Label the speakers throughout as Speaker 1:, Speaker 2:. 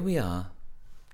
Speaker 1: we are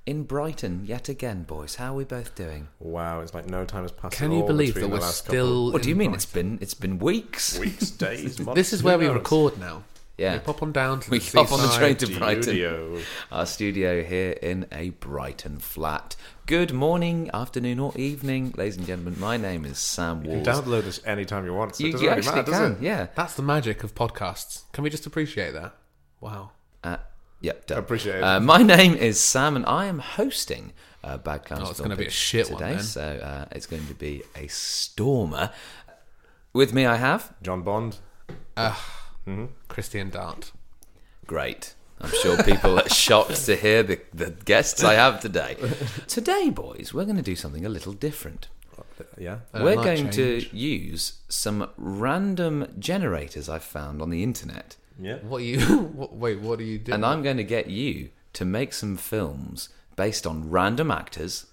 Speaker 1: in Brighton yet again, boys. How are we both doing?
Speaker 2: Wow, it's like no time has passed.
Speaker 3: Can
Speaker 2: at
Speaker 3: you
Speaker 2: all
Speaker 3: believe
Speaker 2: between
Speaker 3: that
Speaker 2: the
Speaker 3: we're
Speaker 2: last
Speaker 3: still?
Speaker 1: What do you
Speaker 3: in
Speaker 1: mean?
Speaker 3: Brighton?
Speaker 1: It's been it's been weeks.
Speaker 2: couple weeks, days, months?
Speaker 3: This is
Speaker 2: who
Speaker 3: where we
Speaker 2: knows?
Speaker 3: record now.
Speaker 1: Yeah.
Speaker 3: we pop on down. To
Speaker 1: We
Speaker 3: the
Speaker 1: hop on the train
Speaker 3: seaside.
Speaker 1: to Brighton,
Speaker 2: Studio.
Speaker 1: our studio here in a Brighton flat. Good morning, afternoon, or evening, ladies and gentlemen. My name is Sam
Speaker 2: You
Speaker 1: Walls.
Speaker 2: can download this anytime you want. So
Speaker 1: You-
Speaker 2: it doesn't
Speaker 1: you
Speaker 2: really
Speaker 1: actually
Speaker 2: matter,
Speaker 1: can,
Speaker 2: does it?
Speaker 1: yeah.
Speaker 3: That's the magic of podcasts. Can we just appreciate that? Wow.
Speaker 1: Uh, yep, done.
Speaker 2: Appreciate it.
Speaker 1: Uh, my name is Sam, and I am hosting uh, Bad Clowns.
Speaker 3: Oh, it's
Speaker 1: Film
Speaker 3: gonna be a
Speaker 1: Pitch
Speaker 3: shit
Speaker 1: today,
Speaker 3: one, then.
Speaker 1: so uh, it's going to be a stormer. With me, I have
Speaker 2: John Bond.
Speaker 3: Christian Dart.
Speaker 1: Great. I'm sure people are shocked to hear the, the guests I have today. Today, boys, we're going to do something a little different.
Speaker 2: Yeah.
Speaker 1: we're
Speaker 3: might
Speaker 1: going
Speaker 3: Uh, change.
Speaker 1: to use some random generators I found on the internet,
Speaker 2: Yeah.
Speaker 3: What are you? What, wait, what are you doing?
Speaker 1: and I'm going to get you to make some films based on random actors,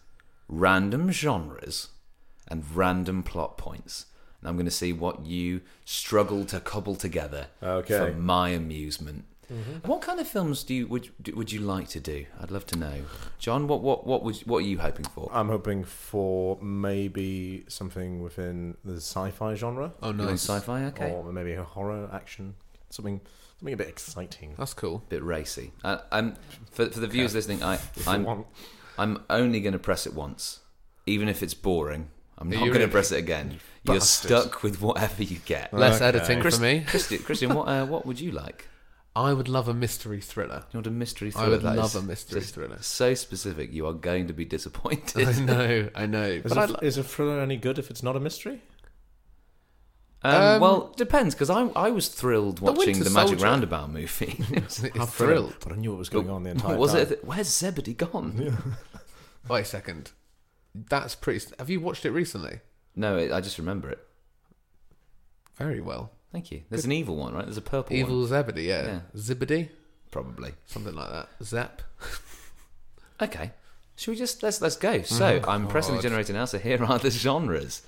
Speaker 1: random genres, and random plot points. And I'm going to see what you struggle to cobble together
Speaker 2: Okay.
Speaker 1: for my amusement. What kind of films do you would do- would you like to do? I'd love to know, John. What what what would what are you hoping for?
Speaker 2: I'm hoping for maybe something within the sci-fi genre,
Speaker 3: oh
Speaker 1: You want
Speaker 3: nice.
Speaker 1: sci-fi? Okay,
Speaker 2: or maybe a horror action, something something a bit exciting.
Speaker 3: That's cool.
Speaker 1: bit racy. I, I'm for for the viewers listening. I I'm
Speaker 2: Want-
Speaker 1: I'm only going to press it once, even if it's boring. I'm
Speaker 3: Are
Speaker 1: not
Speaker 3: you
Speaker 1: going to
Speaker 3: really?
Speaker 1: press it again. You're
Speaker 2: bastard.
Speaker 1: stuck with whatever you get.
Speaker 3: Less
Speaker 2: Okay.
Speaker 3: editing
Speaker 1: Chris-
Speaker 3: for me.
Speaker 1: Christian, Christian, what uh, what would you like?
Speaker 3: I would love a mystery thriller.
Speaker 1: You want a mystery
Speaker 3: I
Speaker 1: thriller?
Speaker 3: would
Speaker 1: That is
Speaker 3: love a mystery
Speaker 1: just
Speaker 3: thriller. Um,
Speaker 1: So specific, you are going to be
Speaker 3: I
Speaker 1: disappointed.
Speaker 3: know, I know.
Speaker 2: Is
Speaker 3: But I,
Speaker 2: a, is a thriller any good if it's not a mystery?
Speaker 1: Um,
Speaker 3: Um,
Speaker 1: well, depends because I I was thrilled watching
Speaker 3: Winter
Speaker 1: the Magic
Speaker 3: Soldier.
Speaker 1: Roundabout movie.
Speaker 2: I'm
Speaker 3: it's thrilled.
Speaker 2: But I knew what was going on the entire
Speaker 1: was
Speaker 2: time.
Speaker 1: it? Where's Zebedee gone?
Speaker 3: Wait a second. That's pretty. Have you watched it recently?
Speaker 1: No, it, I just remember it.
Speaker 3: Very well.
Speaker 1: Thank you. There's an evil one, right? There's a purple one,
Speaker 3: Evil Zebedee, yeah.
Speaker 1: Yeah.
Speaker 3: Zebedee?
Speaker 1: probably.
Speaker 3: Something like that. Zep.
Speaker 2: Uh,
Speaker 1: Okay. Should we just let's let's go? So I'm pressing the
Speaker 3: God.
Speaker 1: generator now. So here are the genres.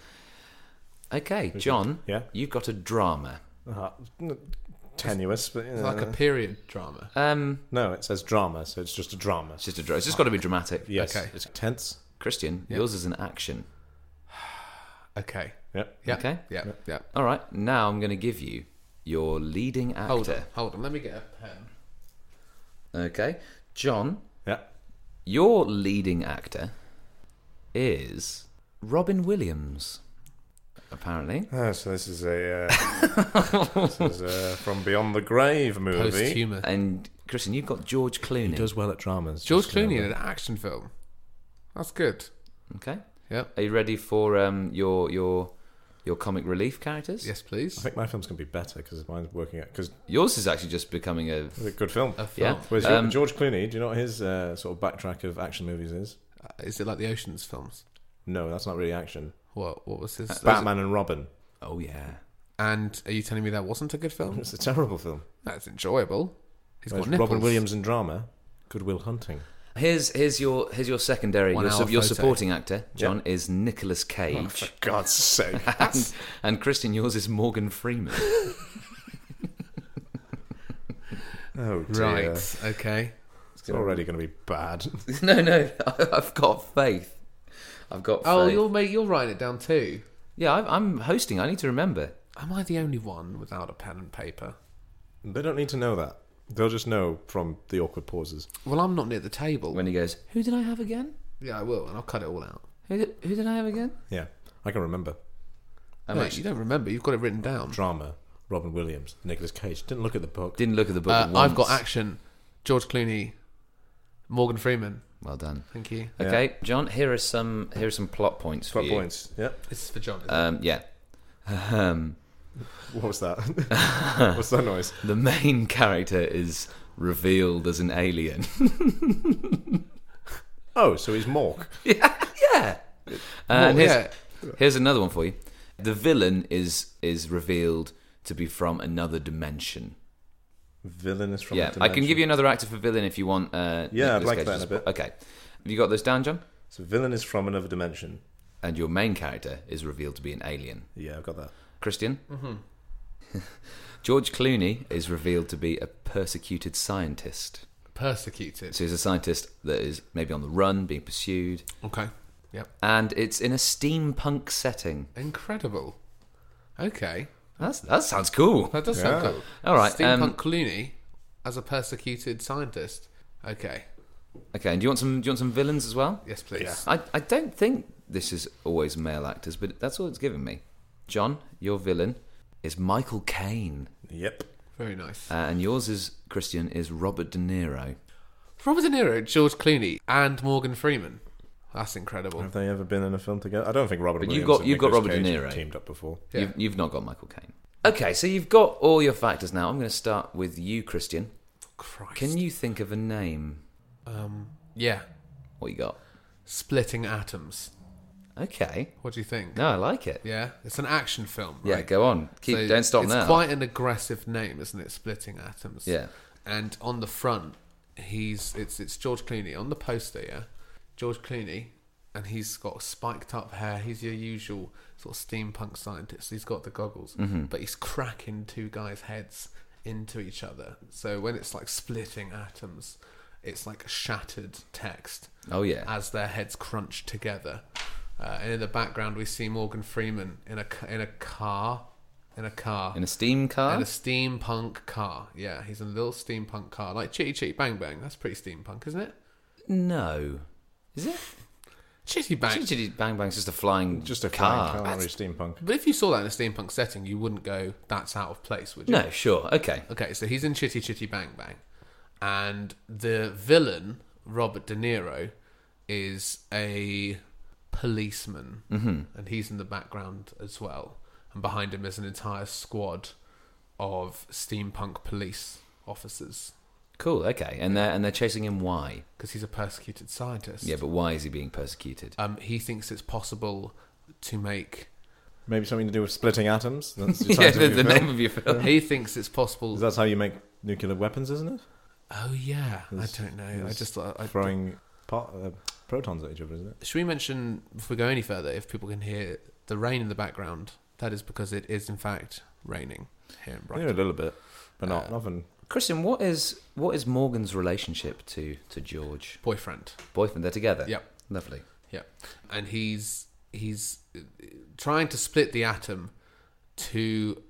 Speaker 1: Okay, John.
Speaker 2: Yeah.
Speaker 1: You've got a drama.
Speaker 2: Uh, n- tenuous, but uh,
Speaker 3: It's like a period drama.
Speaker 1: Um,
Speaker 2: no, it says drama, so it's just a drama.
Speaker 1: it's just a drama. It's just got to be dramatic.
Speaker 2: Yes,
Speaker 3: Okay.
Speaker 2: it's tense.
Speaker 1: Christian, yours is an action.
Speaker 3: Okay.
Speaker 2: Yep.
Speaker 3: Yeah.
Speaker 1: Okay.
Speaker 3: Yeah. Yeah.
Speaker 1: All right. Now I'm going to give you your leading
Speaker 3: Hold on.
Speaker 1: actor.
Speaker 3: Hold on. Let me get a pen.
Speaker 1: Okay, John.
Speaker 2: Yeah.
Speaker 1: Your leading actor is Robin Williams. Apparently.
Speaker 2: Ah, so this is a uh, this is a from Beyond the Grave movie.
Speaker 3: Posthumous.
Speaker 1: And Christian, you've got George Clooney.
Speaker 2: He does well at dramas.
Speaker 3: George
Speaker 2: just, uh,
Speaker 3: Clooney in an action film. That's good.
Speaker 1: Okay.
Speaker 3: Yeah.
Speaker 1: Are you ready for um, your your your comic relief characters?
Speaker 3: Yes,
Speaker 2: I
Speaker 3: please.
Speaker 2: think my film's gonna be better because mine's working out because
Speaker 1: Yours is actually just becoming a
Speaker 2: it's a good film.
Speaker 3: A film.
Speaker 1: yeah.
Speaker 2: Whereas
Speaker 1: Um,
Speaker 2: George Clooney, do you know what his uh, sort of backtrack of action movies is?
Speaker 3: Uh, Is it like the Ocean's films?
Speaker 2: No, that's not really action.
Speaker 3: What What was his?
Speaker 2: Batman and Robin.
Speaker 1: oh yeah.
Speaker 3: and are you telling me that wasn't a good film?
Speaker 2: It's a terrible film.
Speaker 3: That's enjoyable. He's got
Speaker 2: Whereas
Speaker 3: nipples.
Speaker 2: Mm-hmm. Robin Williams in drama, Goodwill Hunting.
Speaker 1: Here's here's your here's your secondary.
Speaker 3: One
Speaker 1: Your,
Speaker 3: hour
Speaker 1: your
Speaker 3: photo. Oh,
Speaker 1: supporting actor John is Nicolas Cage,
Speaker 2: God's sake.
Speaker 1: and, and Christian yours is Morgan Freeman.
Speaker 2: Oh, dear.
Speaker 3: Right. Okay.
Speaker 2: It's already going to be bad.
Speaker 1: no, no, I've got faith. I've got.
Speaker 3: Oh,
Speaker 1: faith.
Speaker 3: you're mate. You're writing it down too.
Speaker 1: yeah. I'm, I'm hosting. I need to remember.
Speaker 3: Am I the only one without a pen and paper?
Speaker 2: they don't need to know that. They'll just know from the awkward pauses.
Speaker 3: Well, I'm not near the table.
Speaker 1: When he goes, who did I have again?
Speaker 3: yeah, I will, and I'll cut it all out.
Speaker 1: Who did, who did I have again?
Speaker 2: Yeah, I can remember.
Speaker 1: I'm
Speaker 3: Mate,
Speaker 1: actually-
Speaker 3: you don't remember. You've got it written down.
Speaker 2: Drama, Robin Williams, Nicolas Cage. Didn't look at the book.
Speaker 1: Didn't look at the book.
Speaker 3: Uh,
Speaker 1: once.
Speaker 3: I've got action. George Clooney, Morgan Freeman.
Speaker 1: Well done.
Speaker 3: Thank you.
Speaker 1: Okay, John. Here are some here are some plot points for
Speaker 2: Plot
Speaker 1: you.
Speaker 2: points. Yeah.
Speaker 3: This is for John. isn't it?
Speaker 1: Um, yeah. Um,
Speaker 2: What was that? What's that noise?
Speaker 1: the main character is revealed as an alien. Uh,
Speaker 2: Oh, so he's Mork.
Speaker 1: yeah. And Uh, here's,
Speaker 3: yeah.
Speaker 1: here's another one for you. The villain is is revealed to be from another dimension.
Speaker 2: Villain is from.
Speaker 1: yeah, I can give you another actor for villain if you want. Uh,
Speaker 2: Yeah, I'd
Speaker 1: Nicolas
Speaker 2: like
Speaker 1: Cage
Speaker 2: that
Speaker 1: as
Speaker 2: in a bit.
Speaker 1: Okay, have you got those down, John?
Speaker 2: So villain is from another dimension.
Speaker 1: And your main character is revealed to be an alien.
Speaker 2: Yeah, I've got that.
Speaker 1: Christian. Mm-hmm. George Clooney is revealed to be a persecuted scientist.
Speaker 3: Persecuted.
Speaker 1: So he's a scientist that is maybe on the run, being pursued,
Speaker 3: Okay. Yep.
Speaker 1: and it's in a steampunk setting.
Speaker 3: Incredible. Okay.
Speaker 1: That's, that sounds cool.
Speaker 3: That does
Speaker 2: Yeah.
Speaker 3: sound cool.
Speaker 1: All right,
Speaker 3: Steampunk
Speaker 1: um,
Speaker 3: Clooney as a persecuted scientist. Okay.
Speaker 1: Okay, and do you want some? Do you want some villains as well?
Speaker 3: Yes, please.
Speaker 2: Yeah.
Speaker 1: I, I don't think this is always male actors, but that's all it's given me. John, your villain is Michael Caine,
Speaker 2: Yep.
Speaker 3: Very nice.
Speaker 1: uh, and yours is Christian is Robert De Niro.
Speaker 3: Robert De Niro, George Clooney, and Morgan Freeman. That's incredible.
Speaker 2: Have they ever been in a film together? I don't think Robert.
Speaker 1: But you've
Speaker 2: Williams
Speaker 1: got-
Speaker 2: and
Speaker 1: you've got
Speaker 2: Nicolas
Speaker 1: Robert De
Speaker 2: Cage
Speaker 1: Niro.
Speaker 2: teamed up before.
Speaker 3: Yeah.
Speaker 1: You've, you've not got Michael Caine. Okay, so you've got all your factors now. I'm going to start with you, Christian.
Speaker 3: Christ.
Speaker 1: Can you think of a name?
Speaker 3: Um, yeah.
Speaker 1: What you got?
Speaker 3: Splitting Atoms.
Speaker 1: Okay.
Speaker 3: What do you think?
Speaker 1: No, I like it.
Speaker 3: Yeah. It's an action film.
Speaker 1: Yeah,
Speaker 3: Right?
Speaker 1: go on. Keep.
Speaker 3: So
Speaker 1: don't stop
Speaker 3: it's
Speaker 1: now.
Speaker 3: quite an aggressive name, isn't it? Splitting Atoms.
Speaker 1: Yeah.
Speaker 3: And on the front, he's it's it's George Clooney on the poster. Yeah, George Clooney, and he's got spiked up hair. He's your usual sort of steampunk scientist. He's got the goggles,
Speaker 1: Mm-hmm.
Speaker 3: but he's cracking two guys' heads into each other. So when it's like splitting atoms, it's like shattered text
Speaker 1: Oh yeah.
Speaker 3: as their heads crunch together. Uh, and in the background, we see Morgan Freeman in a ca- in a car, in a car,
Speaker 1: In a steam car.
Speaker 3: in a steampunk car. Yeah, he's in a little steampunk car, like Chitty Chitty Bang Bang. That's pretty steampunk, isn't it?
Speaker 1: no. Is it?
Speaker 3: Chitty Bang.
Speaker 1: Chitty Chitty Bang Bang's just a flying
Speaker 2: Just a
Speaker 1: car.
Speaker 2: car, car steampunk.
Speaker 3: But if you saw that in a steampunk setting, you wouldn't go, "That's out of place," would you?
Speaker 1: No, sure. Okay.
Speaker 3: Okay, so he's in Chitty Chitty Bang Bang, and the villain Robert De Niro is a policeman, and he's in the background as well. And behind him is an entire squad of steampunk police officers
Speaker 1: Cool. Okay. And they're and they're chasing him. Why?
Speaker 3: because he's a persecuted scientist.
Speaker 1: Yeah, but why is he being persecuted?
Speaker 3: Um, he thinks it's possible to make.
Speaker 2: Maybe something to do with splitting atoms. That's your
Speaker 1: yeah, the,
Speaker 2: scientific
Speaker 1: the
Speaker 2: film.
Speaker 1: name of your film.
Speaker 3: He thinks it's possible.
Speaker 2: That's how you make nuclear weapons, isn't it?
Speaker 3: oh yeah, I
Speaker 2: There's-
Speaker 3: don't know. I
Speaker 2: there's
Speaker 3: just thought- I,
Speaker 2: Throwing pot, uh, protons at each other, isn't it?
Speaker 3: Should we mention before we go any further if people can hear the rain in the background? That is because it is in fact raining here in
Speaker 2: Yeah, a
Speaker 3: Brighton.
Speaker 2: little bit, but not
Speaker 3: Uh,
Speaker 2: nothing.
Speaker 1: Christian, what is what is Morgan's relationship to to George?
Speaker 3: Boyfriend.
Speaker 1: Boyfriend, they're together.
Speaker 3: Yep.
Speaker 1: Lovely.
Speaker 3: Yeah. And he's he's uh, trying to split the atom to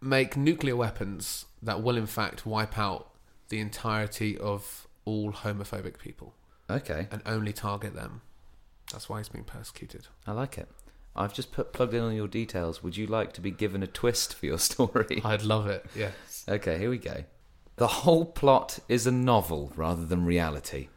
Speaker 3: make nuclear weapons that will in fact wipe out the entirety of all homophobic people
Speaker 1: Okay.
Speaker 3: and only target them. That's why he's being persecuted.
Speaker 1: I like it. I've just put plugged in all your details. Would you like to be given a twist for your story?
Speaker 3: I'd love it. Yes.
Speaker 1: Okay, here we go. The whole plot is a novel rather than reality.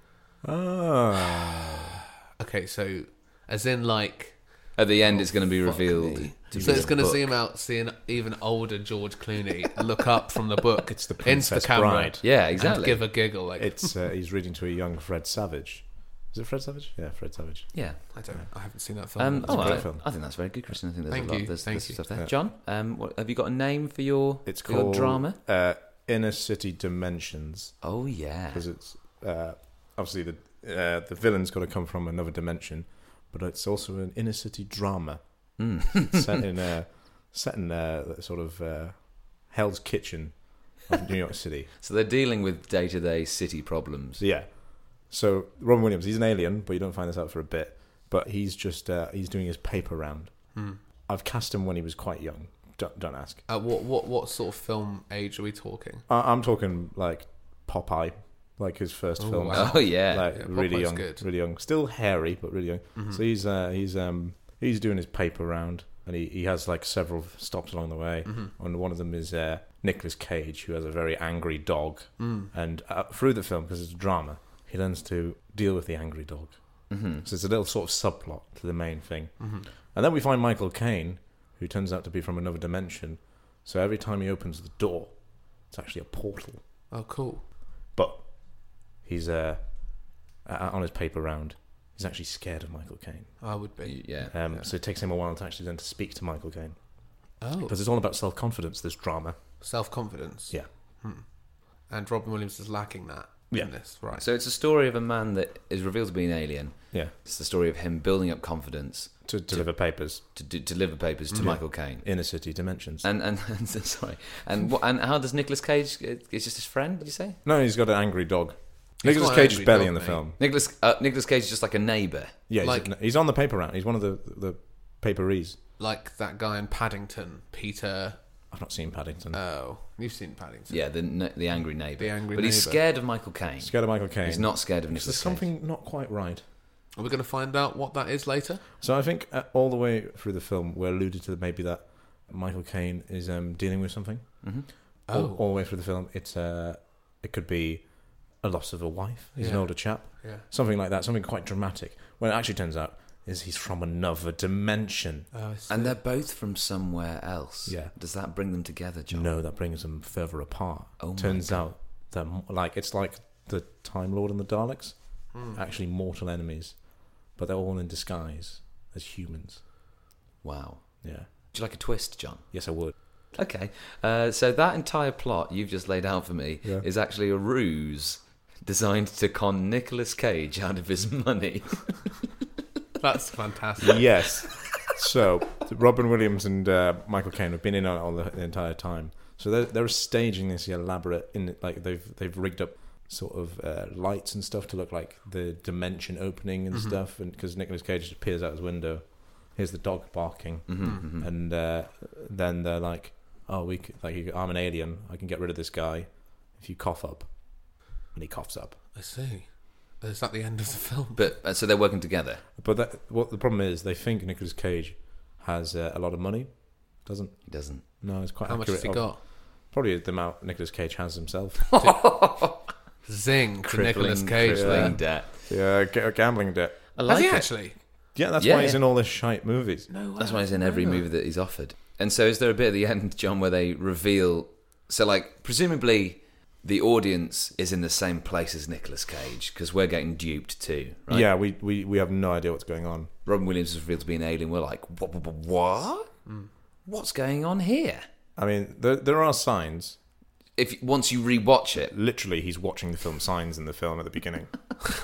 Speaker 2: Ah,
Speaker 3: Okay, so as in like
Speaker 1: At the end, it's going to be
Speaker 3: Oh, Fuck
Speaker 1: revealed.
Speaker 3: me.
Speaker 1: to
Speaker 3: so
Speaker 1: be
Speaker 3: it's
Speaker 1: a
Speaker 3: going to
Speaker 1: book.
Speaker 3: zoom out, see an even older George Clooney look up from the book.
Speaker 2: It's the
Speaker 3: into the
Speaker 2: Princess
Speaker 3: camera.
Speaker 2: Bride.
Speaker 1: Yeah,
Speaker 3: and
Speaker 1: exactly.
Speaker 3: give a giggle like
Speaker 2: it's uh, he's reading to a young Fred Savage. Is it Fred Savage? Yeah, Fred Savage.
Speaker 1: yeah.
Speaker 3: I don't. I haven't seen that film.
Speaker 1: Um,
Speaker 2: That's
Speaker 1: oh,
Speaker 2: a
Speaker 1: I,
Speaker 2: great film.
Speaker 1: I think that's very good, Christian. I think there's
Speaker 3: Thank
Speaker 1: a lot.
Speaker 3: you,
Speaker 1: There's,
Speaker 3: thank
Speaker 1: there's
Speaker 3: you.
Speaker 1: stuff there.
Speaker 2: Yeah.
Speaker 1: John, um, what, have you got a name for your
Speaker 2: It's
Speaker 1: for your
Speaker 2: called
Speaker 1: drama?
Speaker 2: Uh, Inner City Dimensions
Speaker 1: Oh yeah.
Speaker 2: because it's uh, obviously the uh, the villain's got to come from another dimension, but it's also an inner city drama
Speaker 1: Mm.
Speaker 2: set in uh, set in uh, that sort of uh, Hell's Kitchen of New York City.
Speaker 1: So they're dealing with day to day city problems.
Speaker 2: So yeah. So Robin Williams, he's an alien, but you don't find this out for a bit. But he's just uh, he's doing his paper round.
Speaker 3: Hmm.
Speaker 2: I've cast him when he was quite young. Don't, don't ask.
Speaker 3: At what what what sort of film age are we talking?
Speaker 2: I, I'm talking like Popeye, like his first
Speaker 3: Oh,
Speaker 2: film.
Speaker 3: wow.
Speaker 1: Oh yeah.
Speaker 2: Like
Speaker 3: Yeah,
Speaker 2: really
Speaker 3: Popeye's
Speaker 2: young,
Speaker 3: good.
Speaker 2: really young, still hairy but really young. So he's uh, he's um he's doing his paper round, and he, he has like several stops along the way, and one of them is uh, Nicolas Cage, who has a very angry dog,
Speaker 3: Hmm.
Speaker 2: and uh, through the film because it's a drama, he learns to deal with the angry dog.
Speaker 1: mm-hmm.
Speaker 2: So it's a little sort of subplot to the main thing,
Speaker 3: Mm-hmm.
Speaker 2: and then we find Michael Caine, who turns out to be from another dimension. So every time he opens the door, it's actually a portal
Speaker 3: Oh, cool.
Speaker 2: but he's uh, uh, on his paper round. He's actually scared of Michael Caine,
Speaker 3: I would be.
Speaker 1: Yeah.
Speaker 2: um,
Speaker 3: Yeah.
Speaker 2: so it takes him a while to actually then to speak to Michael Caine
Speaker 3: Oh,
Speaker 2: because it's all about self confidence. This drama,
Speaker 3: self confidence.
Speaker 2: yeah,
Speaker 3: And Robin Williams is lacking that
Speaker 2: Yeah.
Speaker 3: in this, right?
Speaker 1: So it's a story of a man that is revealed to be an alien.
Speaker 2: yeah,
Speaker 1: It's the story of him building up confidence
Speaker 2: to deliver papers,
Speaker 1: to do, deliver papers to Michael Caine.
Speaker 2: inner city dimensions.
Speaker 1: And and, and sorry. And what, and how does Nicolas Cage? It's just his friend. Did you say?
Speaker 2: no, he's got an angry dog. Nicholas
Speaker 3: not
Speaker 2: Cage's
Speaker 3: angry
Speaker 2: belly
Speaker 3: dog,
Speaker 2: in the
Speaker 3: mate.
Speaker 2: film.
Speaker 1: Nicholas uh, Nicholas Cage is just like a neighbour.
Speaker 2: Yeah, he's,
Speaker 3: Like-
Speaker 2: he's on the paper round. He's one of the the paperees.
Speaker 3: Like that guy in Paddington, Peter.
Speaker 2: I've not seen Paddington.
Speaker 3: Oh, you've seen Paddington.
Speaker 1: Yeah, the ne- the angry neighbour.
Speaker 3: The angry
Speaker 1: but he's
Speaker 3: neighbour.
Speaker 1: scared of Michael Caine.
Speaker 2: Scared of Michael Caine.
Speaker 1: He's not scared of
Speaker 2: There's
Speaker 1: Nicholas Cage.
Speaker 2: something not quite right.
Speaker 3: Are we going to find out what that is later?
Speaker 2: So I think uh, all the way through the film, we're alluded to maybe that Michael Caine is um, dealing with something. All-
Speaker 3: Oh.
Speaker 2: All, the way through the film, it's uh, it could be a loss of a wife. He's an
Speaker 3: Yeah.
Speaker 2: older chap.
Speaker 3: Yeah.
Speaker 2: Something like that. Something quite dramatic. When it actually turns out is he's from another dimension.
Speaker 3: Oh,
Speaker 1: And they're both from somewhere else.
Speaker 2: Yeah.
Speaker 1: Does that bring them together, John?
Speaker 2: No, that brings them further apart.
Speaker 1: Oh my
Speaker 2: Turns out that like it's like the Time Lord and the Daleks, actually mortal enemies, but they're all in disguise as humans.
Speaker 1: Wow.
Speaker 2: Yeah.
Speaker 1: Would you like a twist, John?
Speaker 2: Yes, I would.
Speaker 1: Okay. Uh, so that entire plot you've just laid out for me
Speaker 2: Yeah.
Speaker 1: is actually a ruse designed to con Nicolas Cage out of his money.
Speaker 3: That's fantastic.
Speaker 2: yes. So Robin Williams and uh, Michael Caine have been in on it all the, the entire time. So they're, they're staging this elaborate in like they've they've rigged up sort of uh, lights and stuff to look like the dimension opening and stuff. And because Nicolas Cage just peers out his window, hears the dog barking, and uh, then they're like, "Oh, we c like I'm an alien. I can get rid of this guy if you cough up." And he coughs up.
Speaker 3: I see. Is that the end of the film?
Speaker 1: But uh, so they're working together.
Speaker 2: But that, what the problem is, they think Nicolas Cage has uh, a lot of money. Doesn't.
Speaker 1: He doesn't.
Speaker 2: No, it's quite
Speaker 3: How much
Speaker 2: accurate.
Speaker 3: has he
Speaker 2: of-
Speaker 3: got?
Speaker 2: Probably the amount Nicolas Cage has himself.
Speaker 3: Zing to Nicolas
Speaker 1: Crippling-
Speaker 3: Cage.
Speaker 1: crippling
Speaker 3: then.
Speaker 1: debt.
Speaker 2: yeah, g- gambling debt.
Speaker 1: I
Speaker 3: Has
Speaker 1: like
Speaker 3: he
Speaker 1: it.
Speaker 3: actually?
Speaker 2: Yeah, that's
Speaker 1: Yeah,
Speaker 2: why he's
Speaker 1: yeah.
Speaker 2: in all this shite movies.
Speaker 3: No.
Speaker 1: That's
Speaker 3: way.
Speaker 1: why he's in every
Speaker 3: Wow.
Speaker 1: movie that he's offered. And so, is there a bit at the end, John, where they reveal? So, like, presumably, the audience is in the same place as Nicolas Cage because we're getting duped too, right?
Speaker 2: Yeah, we, we, we have no idea what's going on.
Speaker 1: Robin Williams is revealed to be an alien. We're like, what? what, what? What's going on here?
Speaker 2: I mean, there, there are signs.
Speaker 1: If once you rewatch it,
Speaker 2: Literally, he's watching the film Signs in the film at the beginning.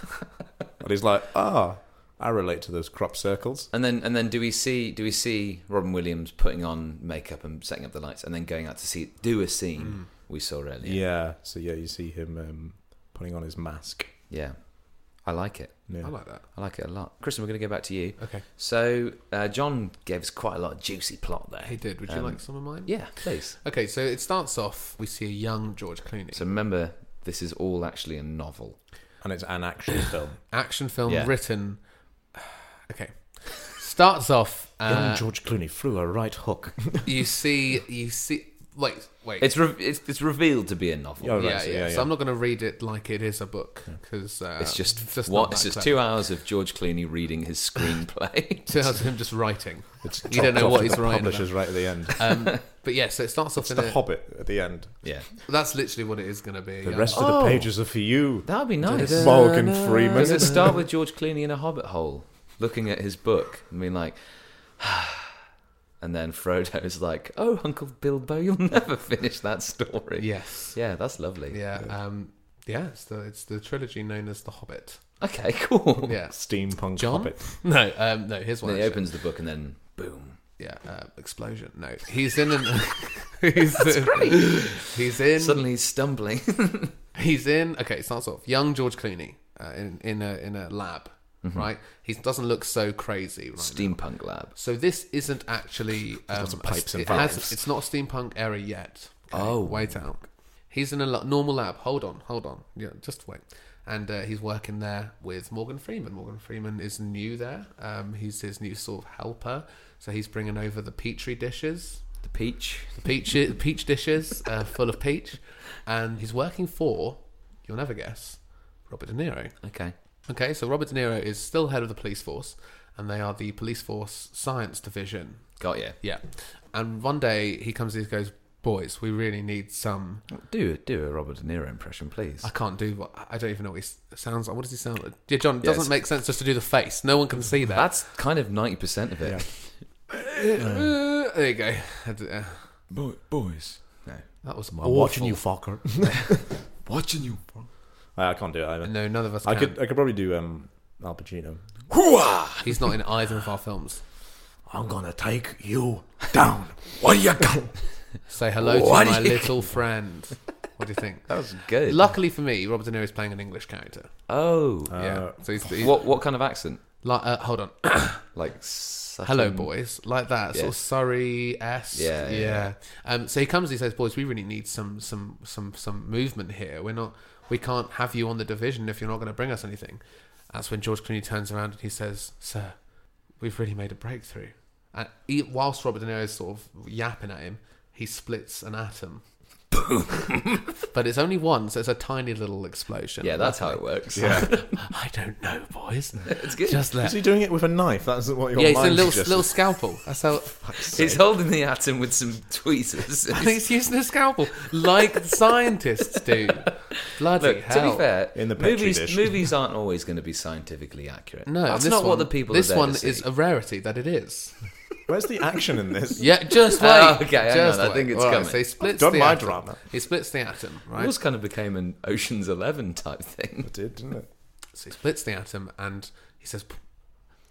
Speaker 2: but he's like, ah, I relate to those crop circles.
Speaker 1: and then and then do we see do we see Robin Williams putting on makeup and setting up the lights, and then going out to see do a scene we saw earlier?
Speaker 2: Yeah. so yeah, you see him um, putting on his mask.
Speaker 1: yeah, I like it.
Speaker 2: Yeah.
Speaker 3: I like that.
Speaker 1: I like it a lot. Kristen, we're going to go back to you.
Speaker 3: Okay.
Speaker 1: So, uh, John gave us quite a lot of juicy plot there.
Speaker 3: He did. Would you
Speaker 1: Um,
Speaker 3: like some of mine?
Speaker 1: Yeah, please.
Speaker 3: Okay, so it starts off. We see a young George Clooney.
Speaker 1: So, remember, this is all actually a novel.
Speaker 2: and it's an action film.
Speaker 3: Action film
Speaker 1: Yeah.
Speaker 3: written. Okay. Starts off.
Speaker 2: Young
Speaker 3: Uh,
Speaker 2: George Clooney flew a right hook.
Speaker 3: you see. You see. Wait. Wait.
Speaker 1: It's re- it's, it's revealed to be a novel.
Speaker 2: Yeah. Oh, right,
Speaker 3: yeah,
Speaker 2: so
Speaker 3: yeah,
Speaker 2: yeah, yeah.
Speaker 3: So I'm not going to read it like it is a book because uh,
Speaker 1: It's just,
Speaker 3: not
Speaker 1: what?
Speaker 3: that
Speaker 1: It's just
Speaker 3: clever.
Speaker 1: two hours of George Clooney reading his screenplay.
Speaker 3: Two hours of him just writing.
Speaker 2: It's
Speaker 3: You don't know
Speaker 2: chopped off
Speaker 3: what
Speaker 2: to
Speaker 3: he's
Speaker 2: the
Speaker 3: writing
Speaker 2: Publishers right at the end.
Speaker 3: Um, but yeah, so it starts off
Speaker 2: it's
Speaker 3: in
Speaker 2: the
Speaker 3: a,
Speaker 2: Hobbit at the end.
Speaker 1: yeah,
Speaker 3: That's literally what it is going to be.
Speaker 2: The
Speaker 3: yeah.
Speaker 2: rest of
Speaker 1: Oh.
Speaker 2: the pages are for you.
Speaker 1: that would be nice.
Speaker 2: Morgan Freeman.
Speaker 1: Does it start with George Clooney in a hobbit hole, looking at his book and being like, and then Frodo's like, "Oh, Uncle Bilbo, you'll never finish that story."
Speaker 3: Yes.
Speaker 1: yeah, that's lovely.
Speaker 3: Yeah. Um, yeah. It's the it's the trilogy known as the Hobbit.
Speaker 1: Okay, cool.
Speaker 3: Yeah.
Speaker 2: Steampunk
Speaker 3: John?
Speaker 2: Hobbit.
Speaker 3: No. Um, no. Here's one.
Speaker 1: And he
Speaker 3: actually.
Speaker 1: opens the book and then boom.
Speaker 3: Yeah. Uh, explosion. No. He's in an. he's That's in,
Speaker 1: great.
Speaker 3: He's in.
Speaker 1: Suddenly he's stumbling.
Speaker 3: He's in. Okay. It starts off young George Clooney uh, in in a in a lab. Right. He doesn't look so crazy. Right. now.
Speaker 1: Steampunk lab.
Speaker 3: So this isn't actually. Um,
Speaker 2: Lots of
Speaker 3: a
Speaker 2: pipes
Speaker 3: st-
Speaker 2: and
Speaker 3: it has-
Speaker 2: valves.
Speaker 3: it's not a steampunk era yet. Okay,
Speaker 1: Oh.
Speaker 3: wait out. He's in a lo- normal lab. Hold on, hold on. Yeah, just wait. And uh, he's working there with Morgan Freeman. Morgan Freeman is new there. Um, he's his new sort of helper. So he's bringing over the petri dishes,
Speaker 1: The peach.
Speaker 3: the peach peach dishes uh, full of peach, and he's working for you'll never guess Robert De Niro.
Speaker 1: Okay.
Speaker 3: Okay, so Robert De Niro is still head of the police force, and they are the police force science division
Speaker 1: Got you.
Speaker 3: yeah. And one day he comes and he goes, Boys, we really need some.
Speaker 1: Do do a Robert De Niro impression, please.
Speaker 3: I can't do what. I don't even know what he s- sounds like. What does he sound like? Yeah, John, it
Speaker 1: Yes.
Speaker 3: doesn't make sense just to do the face. No one can see that.
Speaker 1: That's kind of ninety percent of it.
Speaker 2: Yeah.
Speaker 3: Uh, there you go. Had to- uh,
Speaker 1: Boy, boys. No.
Speaker 3: That was
Speaker 2: I'm
Speaker 3: awful.
Speaker 2: watching you, fucker.
Speaker 1: Watching you.
Speaker 2: Uh, I, I can't do it either.
Speaker 3: No, none of us
Speaker 2: I
Speaker 3: can.
Speaker 2: could, I could probably do um, Al Pacino.
Speaker 3: He's not in either of our films.
Speaker 2: I'm gonna take you down. What you got?
Speaker 3: Say hello to
Speaker 2: What
Speaker 3: my
Speaker 2: do you-
Speaker 3: little friend. What do you think?
Speaker 1: That was good.
Speaker 3: Luckily for me, Robert De Niro is playing an English character.
Speaker 1: oh,
Speaker 2: Uh,
Speaker 3: yeah. So he's, he's
Speaker 1: what what kind of accent?
Speaker 3: like, uh, hold on.
Speaker 1: Like Sutton?
Speaker 3: Hello, boys. Like that
Speaker 1: Yeah.
Speaker 3: sort of Surrey esque.
Speaker 1: Yeah, yeah,
Speaker 3: Um, so he comes. He says, "Boys, we really need some some some some movement here. We're not. We can't have you on the division if you're not going to bring us anything." That's when George Clooney turns around and he says, "Sir, we've really made a breakthrough." And he, whilst Robert De Niro is sort of yapping at him, he splits an atom. but it's only one, so it's a tiny little explosion.
Speaker 1: Yeah, that's how it works.
Speaker 2: Yeah.
Speaker 3: I don't know, boys.
Speaker 1: It's good.
Speaker 3: Just let.
Speaker 2: Is he doing it with a knife? That's what your
Speaker 3: Yeah, it's a
Speaker 2: mind
Speaker 3: little
Speaker 2: suggested.
Speaker 3: little scalpel. That's how.
Speaker 1: He's holding the atom with some tweezers.
Speaker 3: and he's using a scalpel like scientists do. Bloody
Speaker 1: Look,
Speaker 3: hell!
Speaker 1: to be fair,
Speaker 2: In the Petri
Speaker 1: movies
Speaker 2: dish.
Speaker 1: movies aren't always going to be scientifically accurate.
Speaker 3: no,
Speaker 1: that's
Speaker 3: this
Speaker 1: not what
Speaker 3: one-
Speaker 1: the people.
Speaker 3: This
Speaker 1: are there
Speaker 3: one
Speaker 1: to see.
Speaker 3: is a rarity that it is.
Speaker 2: Where's the action in this?
Speaker 3: Yeah, just wait.
Speaker 1: Oh, okay, hang
Speaker 3: just
Speaker 1: on, I
Speaker 3: wait.
Speaker 1: think it's
Speaker 3: All right,
Speaker 1: coming.
Speaker 3: So he splits
Speaker 2: done
Speaker 3: the
Speaker 2: my
Speaker 3: atom.
Speaker 2: drama.
Speaker 3: He splits the atom,
Speaker 1: It
Speaker 3: right?
Speaker 1: was kind of became an Ocean's Eleven type thing.
Speaker 2: It did, didn't it?
Speaker 3: So he splits the atom, and he says, "P-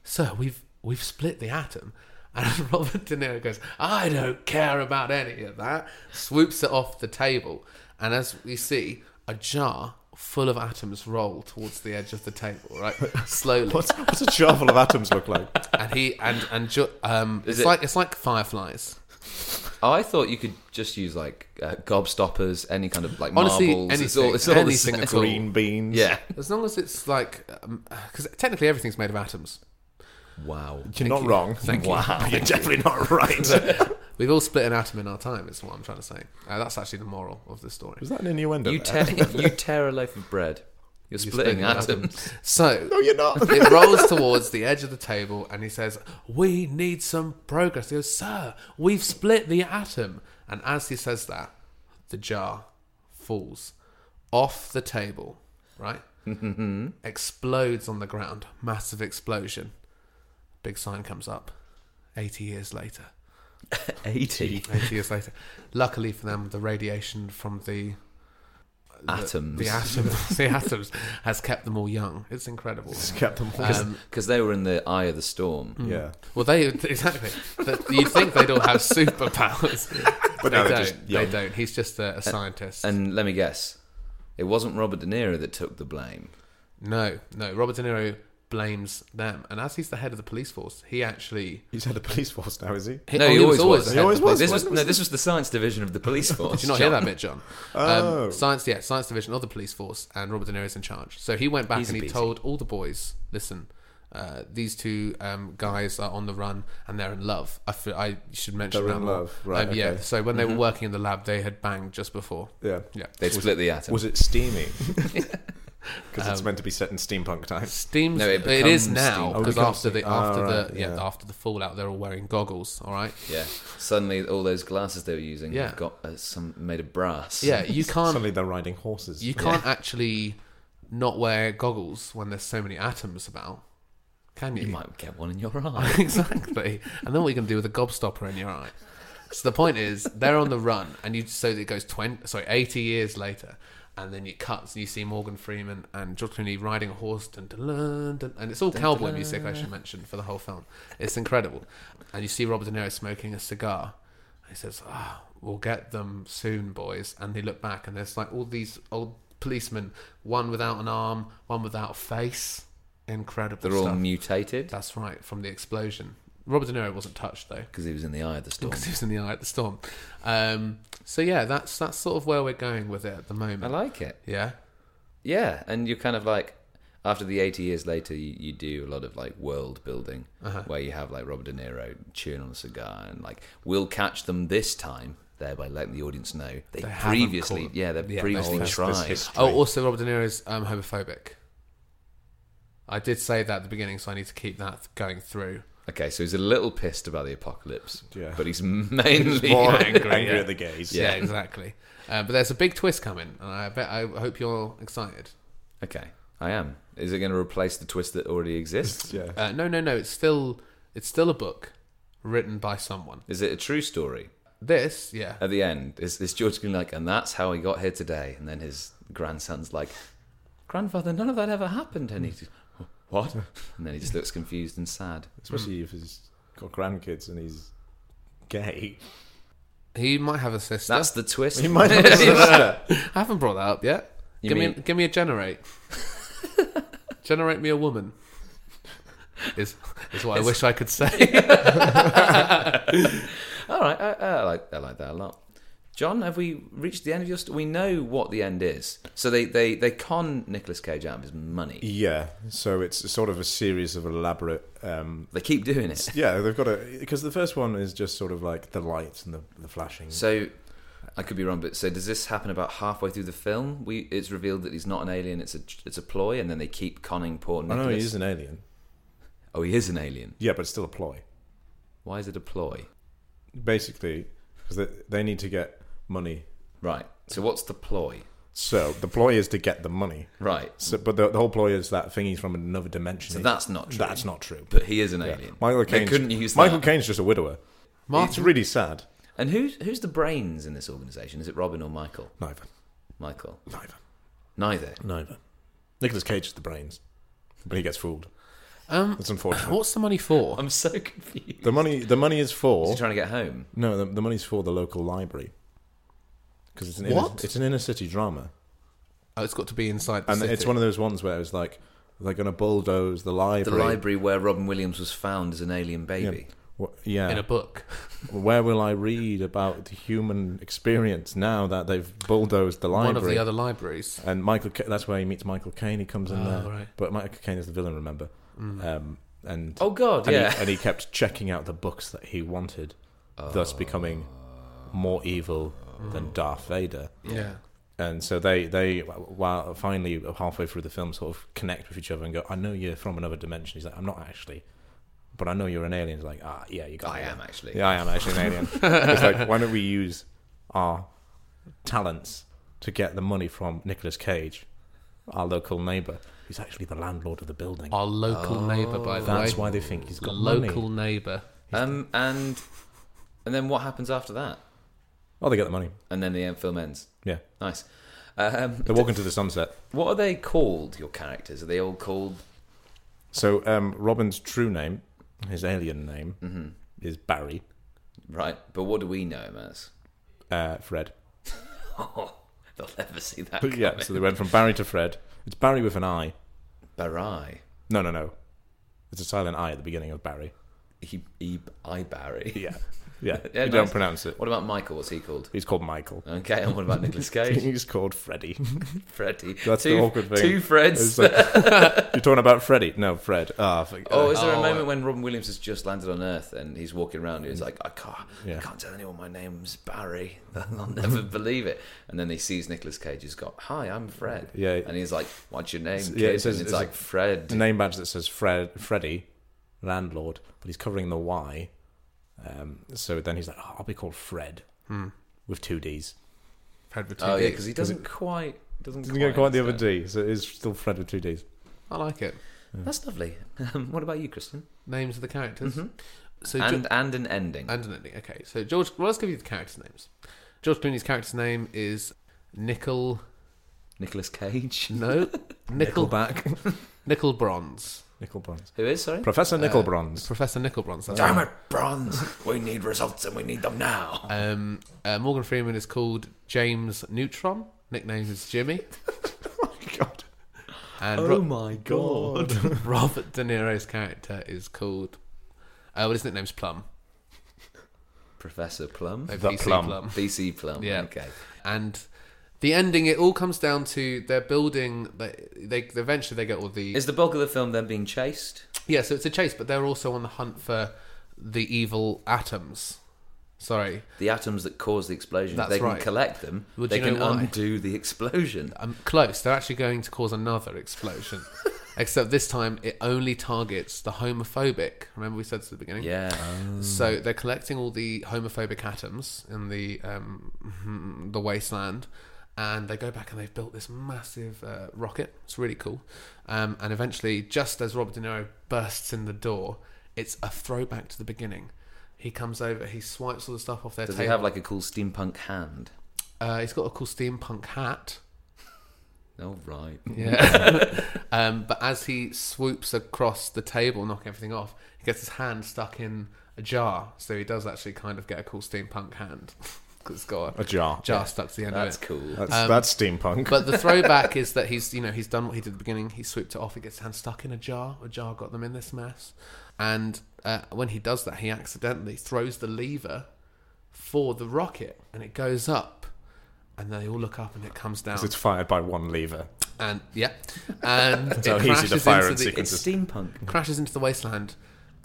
Speaker 3: "Sir, we've we've split the atom." And Robert De Niro goes, "I don't care about any of that." Swoops it off the table, and as we see, a jar full of atoms roll towards the edge of the table, right, slowly.
Speaker 2: What's, what's a jar full of atoms look like?
Speaker 3: and he and and ju- um,
Speaker 1: Is
Speaker 3: it's
Speaker 1: it-
Speaker 3: like it's like fireflies.
Speaker 1: I thought you could just use like uh, gobstoppers, any kind of like
Speaker 3: Honestly,
Speaker 1: marbles. it's all,
Speaker 3: anything-
Speaker 1: it's all the
Speaker 3: anything
Speaker 1: same.
Speaker 3: at all.
Speaker 2: Green beans.
Speaker 1: Yeah.
Speaker 3: As long as it's like, because technically everything's made of atoms.
Speaker 1: Wow.
Speaker 2: You're not
Speaker 3: you.
Speaker 2: wrong.
Speaker 3: Thank you.
Speaker 2: wow. You're definitely not right.
Speaker 3: We've all split an atom in our time. Is what I'm trying to say. Uh, that's actually the moral of the story.
Speaker 2: Was that an innuendo?
Speaker 1: You
Speaker 2: there?
Speaker 1: tear you tear a loaf of bread. You're, splitting,
Speaker 3: splitting
Speaker 1: atoms.
Speaker 3: So
Speaker 2: no, Oh, you're not.
Speaker 3: it rolls towards the edge of the table, and he says, "We need some progress." He goes, "Sir, we've split the atom." And as he says that, the jar falls off the table. Right, explodes on the ground. Massive explosion. Big sign comes up. Eighty years later.
Speaker 1: Eighty
Speaker 3: 80 years later. Luckily for them, the radiation from the
Speaker 1: atoms.
Speaker 3: the atoms, the atoms has kept them all young. It's incredible.
Speaker 2: Just kept them warm.
Speaker 3: Um,
Speaker 1: because they were in the eye of the storm.
Speaker 3: Mm.
Speaker 2: yeah.
Speaker 3: well, they exactly. That- You'd think they'd all have superpowers,
Speaker 2: But
Speaker 3: they
Speaker 2: no, they're
Speaker 3: don't.
Speaker 2: just
Speaker 3: they
Speaker 2: young.
Speaker 3: don't. He's just a, a scientist.
Speaker 1: And let me guess, it wasn't Robert De Niro that took the blame.
Speaker 3: no, no. Robert De Niro blames them, and as he's the head of the police force, he actually.
Speaker 2: He's had a police force now, is he?
Speaker 3: He,
Speaker 1: no,
Speaker 3: oh,
Speaker 1: he, always was.
Speaker 3: the
Speaker 2: He
Speaker 3: head of
Speaker 2: always
Speaker 3: the police
Speaker 2: was,
Speaker 1: This was
Speaker 2: wasn't he?
Speaker 1: no, this was the science division of the police force.
Speaker 3: Did you not hear that bit, John?
Speaker 2: Oh.
Speaker 3: Um, science, yeah, science division of the police force, and Robert De Niro is in charge. So he went back
Speaker 1: Easy
Speaker 3: and he
Speaker 1: peasy.
Speaker 3: told all the boys, "Listen, uh, these two um, guys are on the run and they're in love." I, feel, I should mention
Speaker 2: They're
Speaker 3: that
Speaker 2: in
Speaker 3: more.
Speaker 2: love, right,
Speaker 3: Um, Yeah.
Speaker 2: okay.
Speaker 3: So when they
Speaker 1: Mm-hmm.
Speaker 3: were working in the lab, they had banged just before.
Speaker 2: Yeah.
Speaker 3: Yeah.
Speaker 1: They split the atom.
Speaker 2: Was it steamy? Because
Speaker 3: Um,
Speaker 2: it's meant to be set in steampunk times.
Speaker 3: Steam.
Speaker 1: No, it
Speaker 3: it
Speaker 1: becomes
Speaker 3: is now
Speaker 1: steam.
Speaker 2: Oh, it
Speaker 3: because
Speaker 2: becomes
Speaker 3: after the
Speaker 2: steam.
Speaker 3: after
Speaker 2: Ah,
Speaker 3: the
Speaker 2: right,
Speaker 3: yeah,
Speaker 2: yeah.
Speaker 3: after the fallout, they're all wearing goggles. All right.
Speaker 1: Yeah. Suddenly, all those glasses they were using
Speaker 3: Yeah.
Speaker 1: have got uh, some made of brass.
Speaker 3: Yeah. You can't
Speaker 2: Suddenly they're riding horses.
Speaker 3: You can't actually not wear goggles when there's so many atoms about, can you?
Speaker 1: You might get one in your eye.
Speaker 3: exactly. And then what you can do with a gobstopper in your eye? So the point is, they're on the run, and you so it goes twenty, sorry, eighty years later, and then it cuts, and you see Morgan Freeman and George Clooney riding a horse, dun, dun, dun, dun, and it's all cowboy music. I should mention for the whole film, it's incredible. And you see Robert De Niro smoking a cigar. He says, "Ah, we'll get them soon, boys." And they look back, and there's like all these old policemen, one without an arm, one without a face. Incredible.
Speaker 1: They're all
Speaker 3: stuff.
Speaker 1: mutated
Speaker 3: That's right, from the explosion. Robert De Niro wasn't touched though,
Speaker 1: because he was in the eye of the storm.
Speaker 3: because he was in the eye at the storm. Um, so yeah, that's that's sort of where we're going with it at the
Speaker 1: I
Speaker 3: moment.
Speaker 1: like it.
Speaker 3: yeah,
Speaker 1: Yeah, and you're kind of like after the 80 years later, you, you do a lot of like world building
Speaker 3: Uh-huh.
Speaker 1: where you have like Robert De Niro chewing on a cigar and like we'll catch them this time, thereby letting the audience know they,
Speaker 3: They haven't
Speaker 1: previously
Speaker 3: caught-
Speaker 1: yeah they
Speaker 3: yeah,
Speaker 1: previously
Speaker 3: they-
Speaker 2: There's
Speaker 1: tried.
Speaker 2: history.
Speaker 3: Oh, also Robert De Niro is um, homophobic. I did say that at the beginning, so I need to keep that going through.
Speaker 1: Okay, so he's a little pissed about the apocalypse,
Speaker 2: Yeah.
Speaker 1: but he's mainly
Speaker 2: More
Speaker 3: angry,
Speaker 2: angry,
Speaker 3: yeah.
Speaker 2: at the gays.
Speaker 3: Yeah, exactly. Uh, but there's a big twist coming, and I bet I hope you're excited.
Speaker 1: okay. I am. Is it going to replace the twist that already exists?
Speaker 2: Yeah.
Speaker 3: Uh, no, no, no. It's still it's still a book written by someone.
Speaker 1: Is it a true story?
Speaker 3: This, yeah,
Speaker 1: At the end, is, is George Clooney like, and that's how he got here today? And then his grandson's like, grandfather, none of that ever happened. And he's what? And then he just looks confused and sad.
Speaker 2: Especially if he's got grandkids and he's gay.
Speaker 3: He might have a sister.
Speaker 1: That's the twist.
Speaker 2: He might have a sister.
Speaker 3: I haven't brought that up yet.
Speaker 1: You
Speaker 3: give me
Speaker 1: mean-
Speaker 3: give me a generate. generate me a woman. Is is what I wish I could say.
Speaker 1: All right, I, I like I like that a lot. John, have we reached the end of your story? We know what the end is. So they they they con Nicolas Cage out of his money.
Speaker 2: yeah. So it's sort of a series of elaborate. Um,
Speaker 1: They keep doing it.
Speaker 2: yeah, they've got a because the first one is just sort of like the lights and the, the flashing.
Speaker 1: So I could be wrong, but so does this happen about halfway through the film? We it's revealed that he's not an alien; it's a it's a ploy, and then they keep conning poor
Speaker 2: I
Speaker 1: Nicholas.
Speaker 2: know he is an alien.
Speaker 1: Oh, he is an alien.
Speaker 2: Yeah, but it's still a ploy.
Speaker 1: Why is it a ploy?
Speaker 2: Basically, because they, they need to get money.
Speaker 1: Right. So what's the ploy?
Speaker 2: So the ploy is to get the money.
Speaker 1: Right.
Speaker 2: So, but the, the whole ploy is that thingy's from another dimension.
Speaker 1: So that's not true.
Speaker 2: That's not true.
Speaker 1: But he is an
Speaker 2: Yeah.
Speaker 1: alien.
Speaker 2: Michael
Speaker 1: They
Speaker 2: Caine's,
Speaker 1: couldn't use
Speaker 2: Michael
Speaker 1: that.
Speaker 2: Caine's just a widower. It's
Speaker 3: Martin,
Speaker 2: really sad.
Speaker 1: And who's who's the brains in this organization? Is it Robin or Michael?
Speaker 2: Neither.
Speaker 1: Michael.
Speaker 2: Neither.
Speaker 1: Neither.
Speaker 2: Neither. Nicholas Cage is the brains, but he gets fooled.
Speaker 3: um,
Speaker 2: That's unfortunate.
Speaker 3: what's the money for?
Speaker 1: I'm so confused.
Speaker 2: the money. The money is
Speaker 1: Is
Speaker 2: for
Speaker 1: he trying to get home?
Speaker 2: no. The, the money's for the local library because it's an
Speaker 3: What?
Speaker 2: Inner, it's an inner city drama,
Speaker 3: Oh, it's got to be inside the
Speaker 2: and
Speaker 3: city.
Speaker 2: it's one of those ones where it's like they're going to bulldoze the
Speaker 1: The
Speaker 2: library.
Speaker 1: library where Robin Williams was found as an alien baby.
Speaker 2: Wha- yeah.
Speaker 3: in a book.
Speaker 2: Where will I read about the human experience now that they've bulldozed the library?
Speaker 3: One of the other libraries.
Speaker 2: And Michael, Ca- that's where he meets Michael Caine. He comes in
Speaker 3: Oh,
Speaker 2: there,
Speaker 3: right. Mm.
Speaker 2: but Michael Caine is the villain. Remember, um, and
Speaker 1: Oh God,
Speaker 2: and,
Speaker 1: yeah.
Speaker 2: he, and he kept checking out the books that he wanted, thus becoming
Speaker 3: Ah.
Speaker 2: more evil than Darth Vader.
Speaker 3: Yeah.
Speaker 2: And so they they while finally halfway through the film sort of connect with each other and go, "I know you're from another dimension." He's like, "I'm not actually, but I know you're an alien." He's like, "Ah, yeah, you got
Speaker 1: I
Speaker 2: me
Speaker 1: am
Speaker 2: there."
Speaker 1: actually.
Speaker 2: Yeah, I am actually an alien. it's like, why don't we use our talents to get the money from Nicolas Cage, our local neighbour, who's actually the landlord of the building.
Speaker 3: Our local
Speaker 1: Oh,
Speaker 3: neighbour, by the
Speaker 2: That's
Speaker 3: way.
Speaker 2: why they think he's got
Speaker 3: local
Speaker 2: money.
Speaker 3: neighbour.
Speaker 1: Um, and and then what happens after that?
Speaker 2: Oh, they get the money.
Speaker 1: And then the end film ends.
Speaker 2: Yeah,
Speaker 1: Nice. Um,
Speaker 2: they're walking to the sunset.
Speaker 1: what are they called? Your characters are they all called?
Speaker 2: So um, Robin's true name, his alien name,
Speaker 3: Mm-hmm.
Speaker 2: is Barry
Speaker 1: Right, but what do we know him as?
Speaker 2: uh, Fred.
Speaker 1: Oh, they'll never see that.
Speaker 2: But
Speaker 1: Coming.
Speaker 2: yeah, so they went from Barry to Fred. It's Barry with an I.
Speaker 1: Barai.
Speaker 2: No, no, no. It's a silent I at the beginning of Barry.
Speaker 1: He, he, I Barry.
Speaker 2: Yeah, yeah.
Speaker 1: Yeah,
Speaker 2: you don't
Speaker 1: nice.
Speaker 2: pronounce it.
Speaker 1: What about Michael? What's he called?
Speaker 2: He's called Michael.
Speaker 1: Okay, and what about Nicholas Cage?
Speaker 2: He's called Freddy.
Speaker 1: Freddy.
Speaker 2: That's
Speaker 1: two,
Speaker 2: the awkward thing.
Speaker 1: Two Freds.
Speaker 2: It's like, you're talking about Freddy? No, Fred. Ah, fuck.
Speaker 1: Oh, is there a
Speaker 3: Oh.
Speaker 1: moment when Robin Williams has just landed on Earth and he's walking around and he's like, I can't, I
Speaker 2: Mm. Yeah.
Speaker 1: can't tell anyone my name's Barry. I'll never believe it. And then he sees Nicolas Cage. He's got, Hi, I'm Fred.
Speaker 2: Yeah.
Speaker 1: And he's like, What's your name? Kid?
Speaker 2: Yeah, it says-
Speaker 1: and it's
Speaker 2: it's
Speaker 1: like Fred.
Speaker 2: the name badge that says Fred, Freddy, landlord, but he's covering the Y. Um, so then he's like, oh, I'll be called Fred with two D's.
Speaker 3: Fred
Speaker 2: Uh,
Speaker 3: with two
Speaker 1: oh yeah,
Speaker 3: Ds.
Speaker 1: because he doesn't quite doesn't,
Speaker 2: Doesn't get quite the other
Speaker 1: understand.
Speaker 2: D, so it is still Fred with two D's.
Speaker 3: I like it.
Speaker 1: That's lovely. Um, what about you, Kristen?
Speaker 3: Names of the characters. So Jo-
Speaker 1: Mm-hmm. And and an ending.
Speaker 3: and an ending. Okay, so George, well, let's give you the characters' names. George Clooney's character's name is Nickel.
Speaker 1: Nicholas Cage.
Speaker 3: No, Nickel
Speaker 2: Nickelback.
Speaker 3: Nickel Bronze.
Speaker 2: Nickel Bronze.
Speaker 1: Who is sorry?
Speaker 2: Professor Nickel Bronze.
Speaker 3: Professor Nickel Bronze. That's
Speaker 1: Damn
Speaker 3: right.
Speaker 1: it, Bronze. we need results and we need them now.
Speaker 3: Um, uh, Morgan Freeman is called James Neutron. Nickname is Jimmy.
Speaker 2: God.
Speaker 3: And Ro-
Speaker 1: Oh, my god.
Speaker 3: Robert De Niro's character is called. Uh, well, his nickname's Plum.
Speaker 1: Professor Plum.
Speaker 3: Like
Speaker 2: The
Speaker 3: PC
Speaker 2: Plum.
Speaker 1: BC Plum.
Speaker 3: Uh, Yeah.
Speaker 1: Okay.
Speaker 3: And the ending, it all comes down to they're building. They, they eventually they get all the
Speaker 1: Is the bulk of the film them being chased?
Speaker 3: Yeah, so it's a chase, but they're also on the hunt for the evil atoms. Sorry,
Speaker 1: The atoms that cause the explosion,
Speaker 3: That's
Speaker 1: they can
Speaker 3: right.
Speaker 1: collect them.
Speaker 3: Well, do
Speaker 1: they
Speaker 3: you
Speaker 1: can
Speaker 3: know why?
Speaker 1: undo the explosion.
Speaker 3: I'm close. They're actually going to cause another explosion. Except this time it only targets the homophobic. Remember we said this at the beginning?
Speaker 1: Yeah.
Speaker 3: So they're collecting all the homophobic atoms in the um, the wasteland, and they go back and they've built this massive uh, rocket. It's really cool. Um, and eventually, just as Robert De Niro bursts in the door, it's a throwback to the beginning. He comes over, he swipes all the stuff off their
Speaker 1: Does
Speaker 3: table.
Speaker 1: he have like a cool steampunk hand?
Speaker 3: uh, he's got a cool steampunk hat.
Speaker 1: Oh right.
Speaker 3: Yeah. um, but as he swoops across the table, knocking everything off, he gets his hand stuck in a jar. So he does actually kind of get a cool steampunk hand. it's got a
Speaker 2: A jar.
Speaker 3: jar stuck to the end
Speaker 1: That's
Speaker 3: of it.
Speaker 1: cool.
Speaker 2: That's,
Speaker 3: Um,
Speaker 2: that's steampunk.
Speaker 3: But the throwback is that he's you know he's done what he did at the beginning. He swept it off. It gets hand stuck in a jar. A jar got them in this mess. And uh, when he does that, he accidentally throws the lever for the rocket, and it goes up. And they all look up, and it comes down.
Speaker 2: 'Cause it's fired by one lever.
Speaker 3: And yeah, and it
Speaker 2: how easy to
Speaker 3: crashes
Speaker 2: fire
Speaker 3: into
Speaker 2: and
Speaker 3: the
Speaker 2: sequence
Speaker 1: It's steampunk.
Speaker 3: crashes into the wasteland,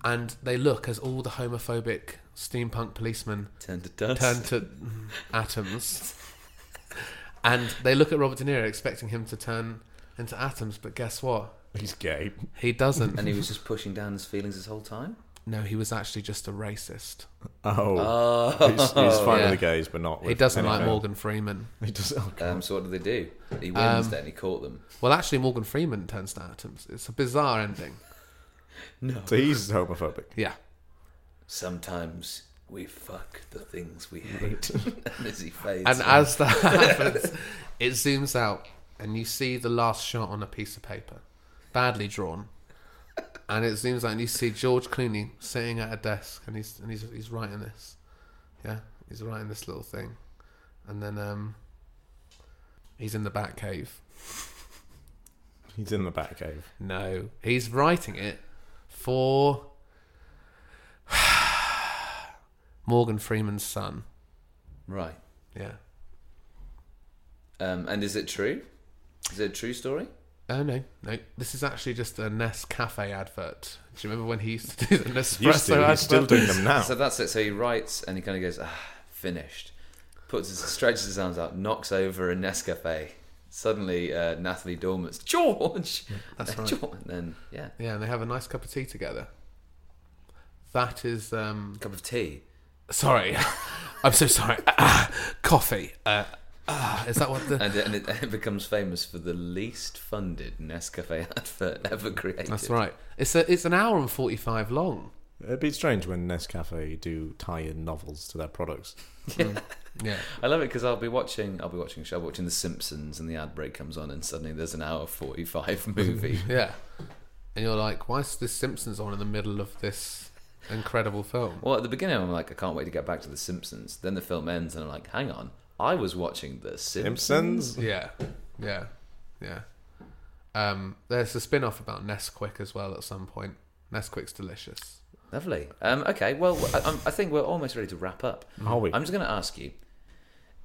Speaker 3: and they look as all the homophobic steampunk policemen
Speaker 1: Turn to dust.
Speaker 3: turn to atoms. And they look at Robert De Niro, expecting him to turn into atoms, but guess what?
Speaker 2: He's gay.
Speaker 3: He doesn't.
Speaker 1: and he was just pushing down his feelings this whole time.
Speaker 3: No, he was actually just a racist.
Speaker 2: Oh.
Speaker 1: Oh.
Speaker 2: he's, he's fine
Speaker 3: Yeah.
Speaker 2: with the gays, but not with
Speaker 3: He doesn't like
Speaker 2: anything.
Speaker 3: Morgan Freeman.
Speaker 2: He doesn't. oh, God.
Speaker 1: Um, so what did they do? He wins
Speaker 3: Um,
Speaker 1: then. He caught them.
Speaker 3: Well, actually, Morgan Freeman turns to atoms. It's a bizarre ending.
Speaker 1: No.
Speaker 2: So he's homophobic.
Speaker 3: Yeah.
Speaker 1: Sometimes we fuck the things we hate. and as he fades,
Speaker 3: and as that happens, it zooms out, and you see the last shot on a piece of paper, badly drawn. And it zooms out, and you see George Clooney sitting at a desk, and he's and he's he's writing this, yeah, he's writing this little thing, and then um, he's in the Batcave.
Speaker 2: He's in the back cave.
Speaker 3: No, he's writing it for Morgan Freeman's son.
Speaker 1: right.
Speaker 3: Yeah.
Speaker 1: Um, and is it true? Is it a true story?
Speaker 3: Oh no, no! This is actually just a Nest Cafe advert. Do you remember when he used to do the Nespresso
Speaker 2: Used to,
Speaker 3: advert?
Speaker 2: he's still doing them now.
Speaker 1: So that's it. So he writes and he kind of goes, ah, finished. Puts his, stretches his arms out, knocks over a Nescafe. Suddenly, uh, Natalie Dormer's George.
Speaker 3: That's
Speaker 1: And
Speaker 3: right.
Speaker 1: George- And then, yeah,
Speaker 3: Yeah, and they have a nice cup of tea together. That is, um,
Speaker 1: cup of tea.
Speaker 3: sorry, I'm so sorry. Ah, coffee. Uh, ah, is that what the?
Speaker 1: And, it- and it, it becomes famous for the least funded Nescafe advert ever created.
Speaker 3: That's right. It's a, it's an hour and forty five long.
Speaker 2: It'd be strange when Nescafe do tie in novels to their products.
Speaker 3: Yeah,
Speaker 1: I love it because I'll be watching. I'll be watching a show, watching The Simpsons, and the ad break comes on, and suddenly there's an hour forty-five movie.
Speaker 3: yeah. And you're like, why is this Simpsons on in the middle of this incredible film?
Speaker 1: well, at the beginning, I'm like, I can't wait to get back to The Simpsons. Then the film ends, and I'm like, hang on, I was watching The Simpsons.
Speaker 2: Simpsons?
Speaker 3: Yeah, yeah, yeah. Um, there's a spin off about Nesquik as well at some point. Nesquik's delicious.
Speaker 1: Lovely. Um, okay, well, I, I'm- I think we're almost ready to wrap up.
Speaker 3: Hmm.
Speaker 2: Are we?
Speaker 1: I'm just going to ask you: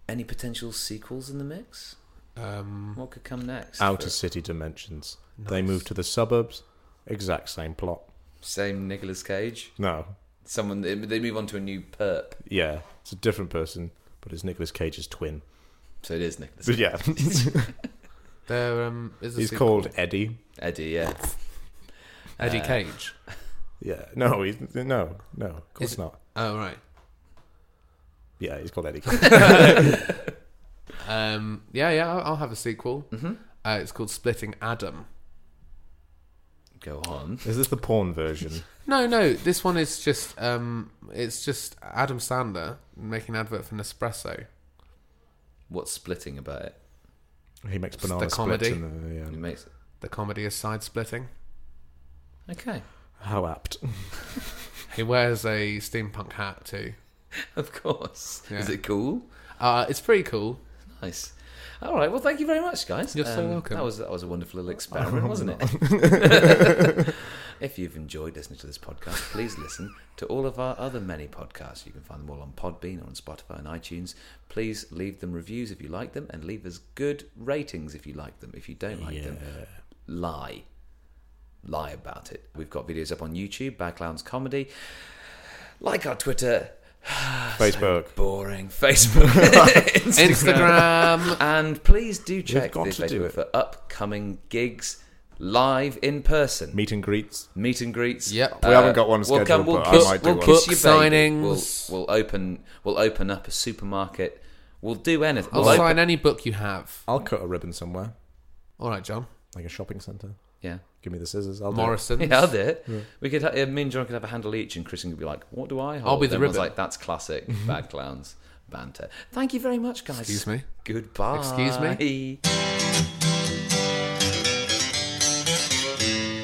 Speaker 1: any potential sequels in the mix?
Speaker 3: Um,
Speaker 1: What could come next?
Speaker 2: Outer city dimensions. They
Speaker 3: Nice.
Speaker 2: move to the suburbs. Exact same plot.
Speaker 1: Same Nicolas Cage.
Speaker 2: No.
Speaker 1: Someone they- they move on to a new perp,
Speaker 2: Yeah. It's a different person, but it's Nicolas Cage's twin.
Speaker 1: so it is Nicolas.
Speaker 2: But yeah.
Speaker 3: there um, is a
Speaker 2: he's
Speaker 3: sequel-
Speaker 2: called Eddie.
Speaker 1: Eddie, yeah.
Speaker 3: Eddie
Speaker 1: uh,
Speaker 3: Cage.
Speaker 2: Yeah. No, he's, no, no. Of course
Speaker 3: Is-
Speaker 2: not.
Speaker 3: Oh right.
Speaker 2: Yeah, he's called Eddie.
Speaker 3: Um, yeah, yeah. I'll, I'll have a sequel.
Speaker 1: hmm
Speaker 3: Uh, it's called Splitting Adam.
Speaker 1: Go on.
Speaker 2: Is this the porn version?
Speaker 3: No, no. This one is just um, it's just Adam Sandler making an advert for Nespresso.
Speaker 1: What's splitting about it?
Speaker 2: He makes
Speaker 3: It's the
Speaker 2: banana splits.
Speaker 3: comedy.
Speaker 2: In the,
Speaker 1: It
Speaker 2: yeah.
Speaker 1: makes
Speaker 3: The comedy is side splitting.
Speaker 1: okay,
Speaker 2: How apt.
Speaker 3: He wears a steampunk hat too.
Speaker 1: of course.
Speaker 3: Yeah.
Speaker 1: Is it cool?
Speaker 3: Uh, it's pretty cool.
Speaker 1: Nice. All right. Well, thank you very much, guys. Um,
Speaker 3: You're so welcome.
Speaker 1: That was that was a wonderful little experiment, wasn't it? if you've enjoyed listening to this podcast, please listen to all of our other many podcasts. You can find them all on Podbean or on Spotify and iTunes. Please leave them reviews if you like them, and leave us good ratings if you like them. If you don't like them, lie. Lie about it. We've got videos up on YouTube, Bad Clowns Comedy. Like our Twitter,
Speaker 2: Facebook.
Speaker 1: boring Facebook,
Speaker 3: Instagram.
Speaker 1: Um, and please do check
Speaker 2: got
Speaker 1: the
Speaker 2: to do
Speaker 1: Facebook
Speaker 2: it.
Speaker 1: for upcoming gigs live in person.
Speaker 2: Meet and greets.
Speaker 1: Meet and greets. Uh,
Speaker 3: Yep.
Speaker 2: We haven't got one
Speaker 1: we'll come.
Speaker 2: scheduled,
Speaker 1: We'll
Speaker 2: but I
Speaker 1: kiss,
Speaker 2: might do
Speaker 1: we'll
Speaker 2: one.
Speaker 1: kiss your baby. We'll,
Speaker 3: Signings.
Speaker 1: we'll open. We'll open up a supermarket. We'll do anything.
Speaker 3: I'll
Speaker 1: We'll open-
Speaker 3: sign any book you have.
Speaker 2: I'll cut a ribbon somewhere,
Speaker 3: All right, John.
Speaker 2: like a shopping centre.
Speaker 1: yeah.
Speaker 2: Give me the scissors. I'll do it.
Speaker 3: Morrison.
Speaker 1: Yeah, I'll do it. We could. Ha- me and John could have a handle each, and Kristen could be like, "What do I hold?"
Speaker 3: I'll be the
Speaker 1: Everyone's
Speaker 3: ribbon.
Speaker 1: Like that's classic bad clowns banter. Thank you very much, guys.
Speaker 3: Excuse me?
Speaker 1: Goodbye.
Speaker 3: Excuse
Speaker 1: me.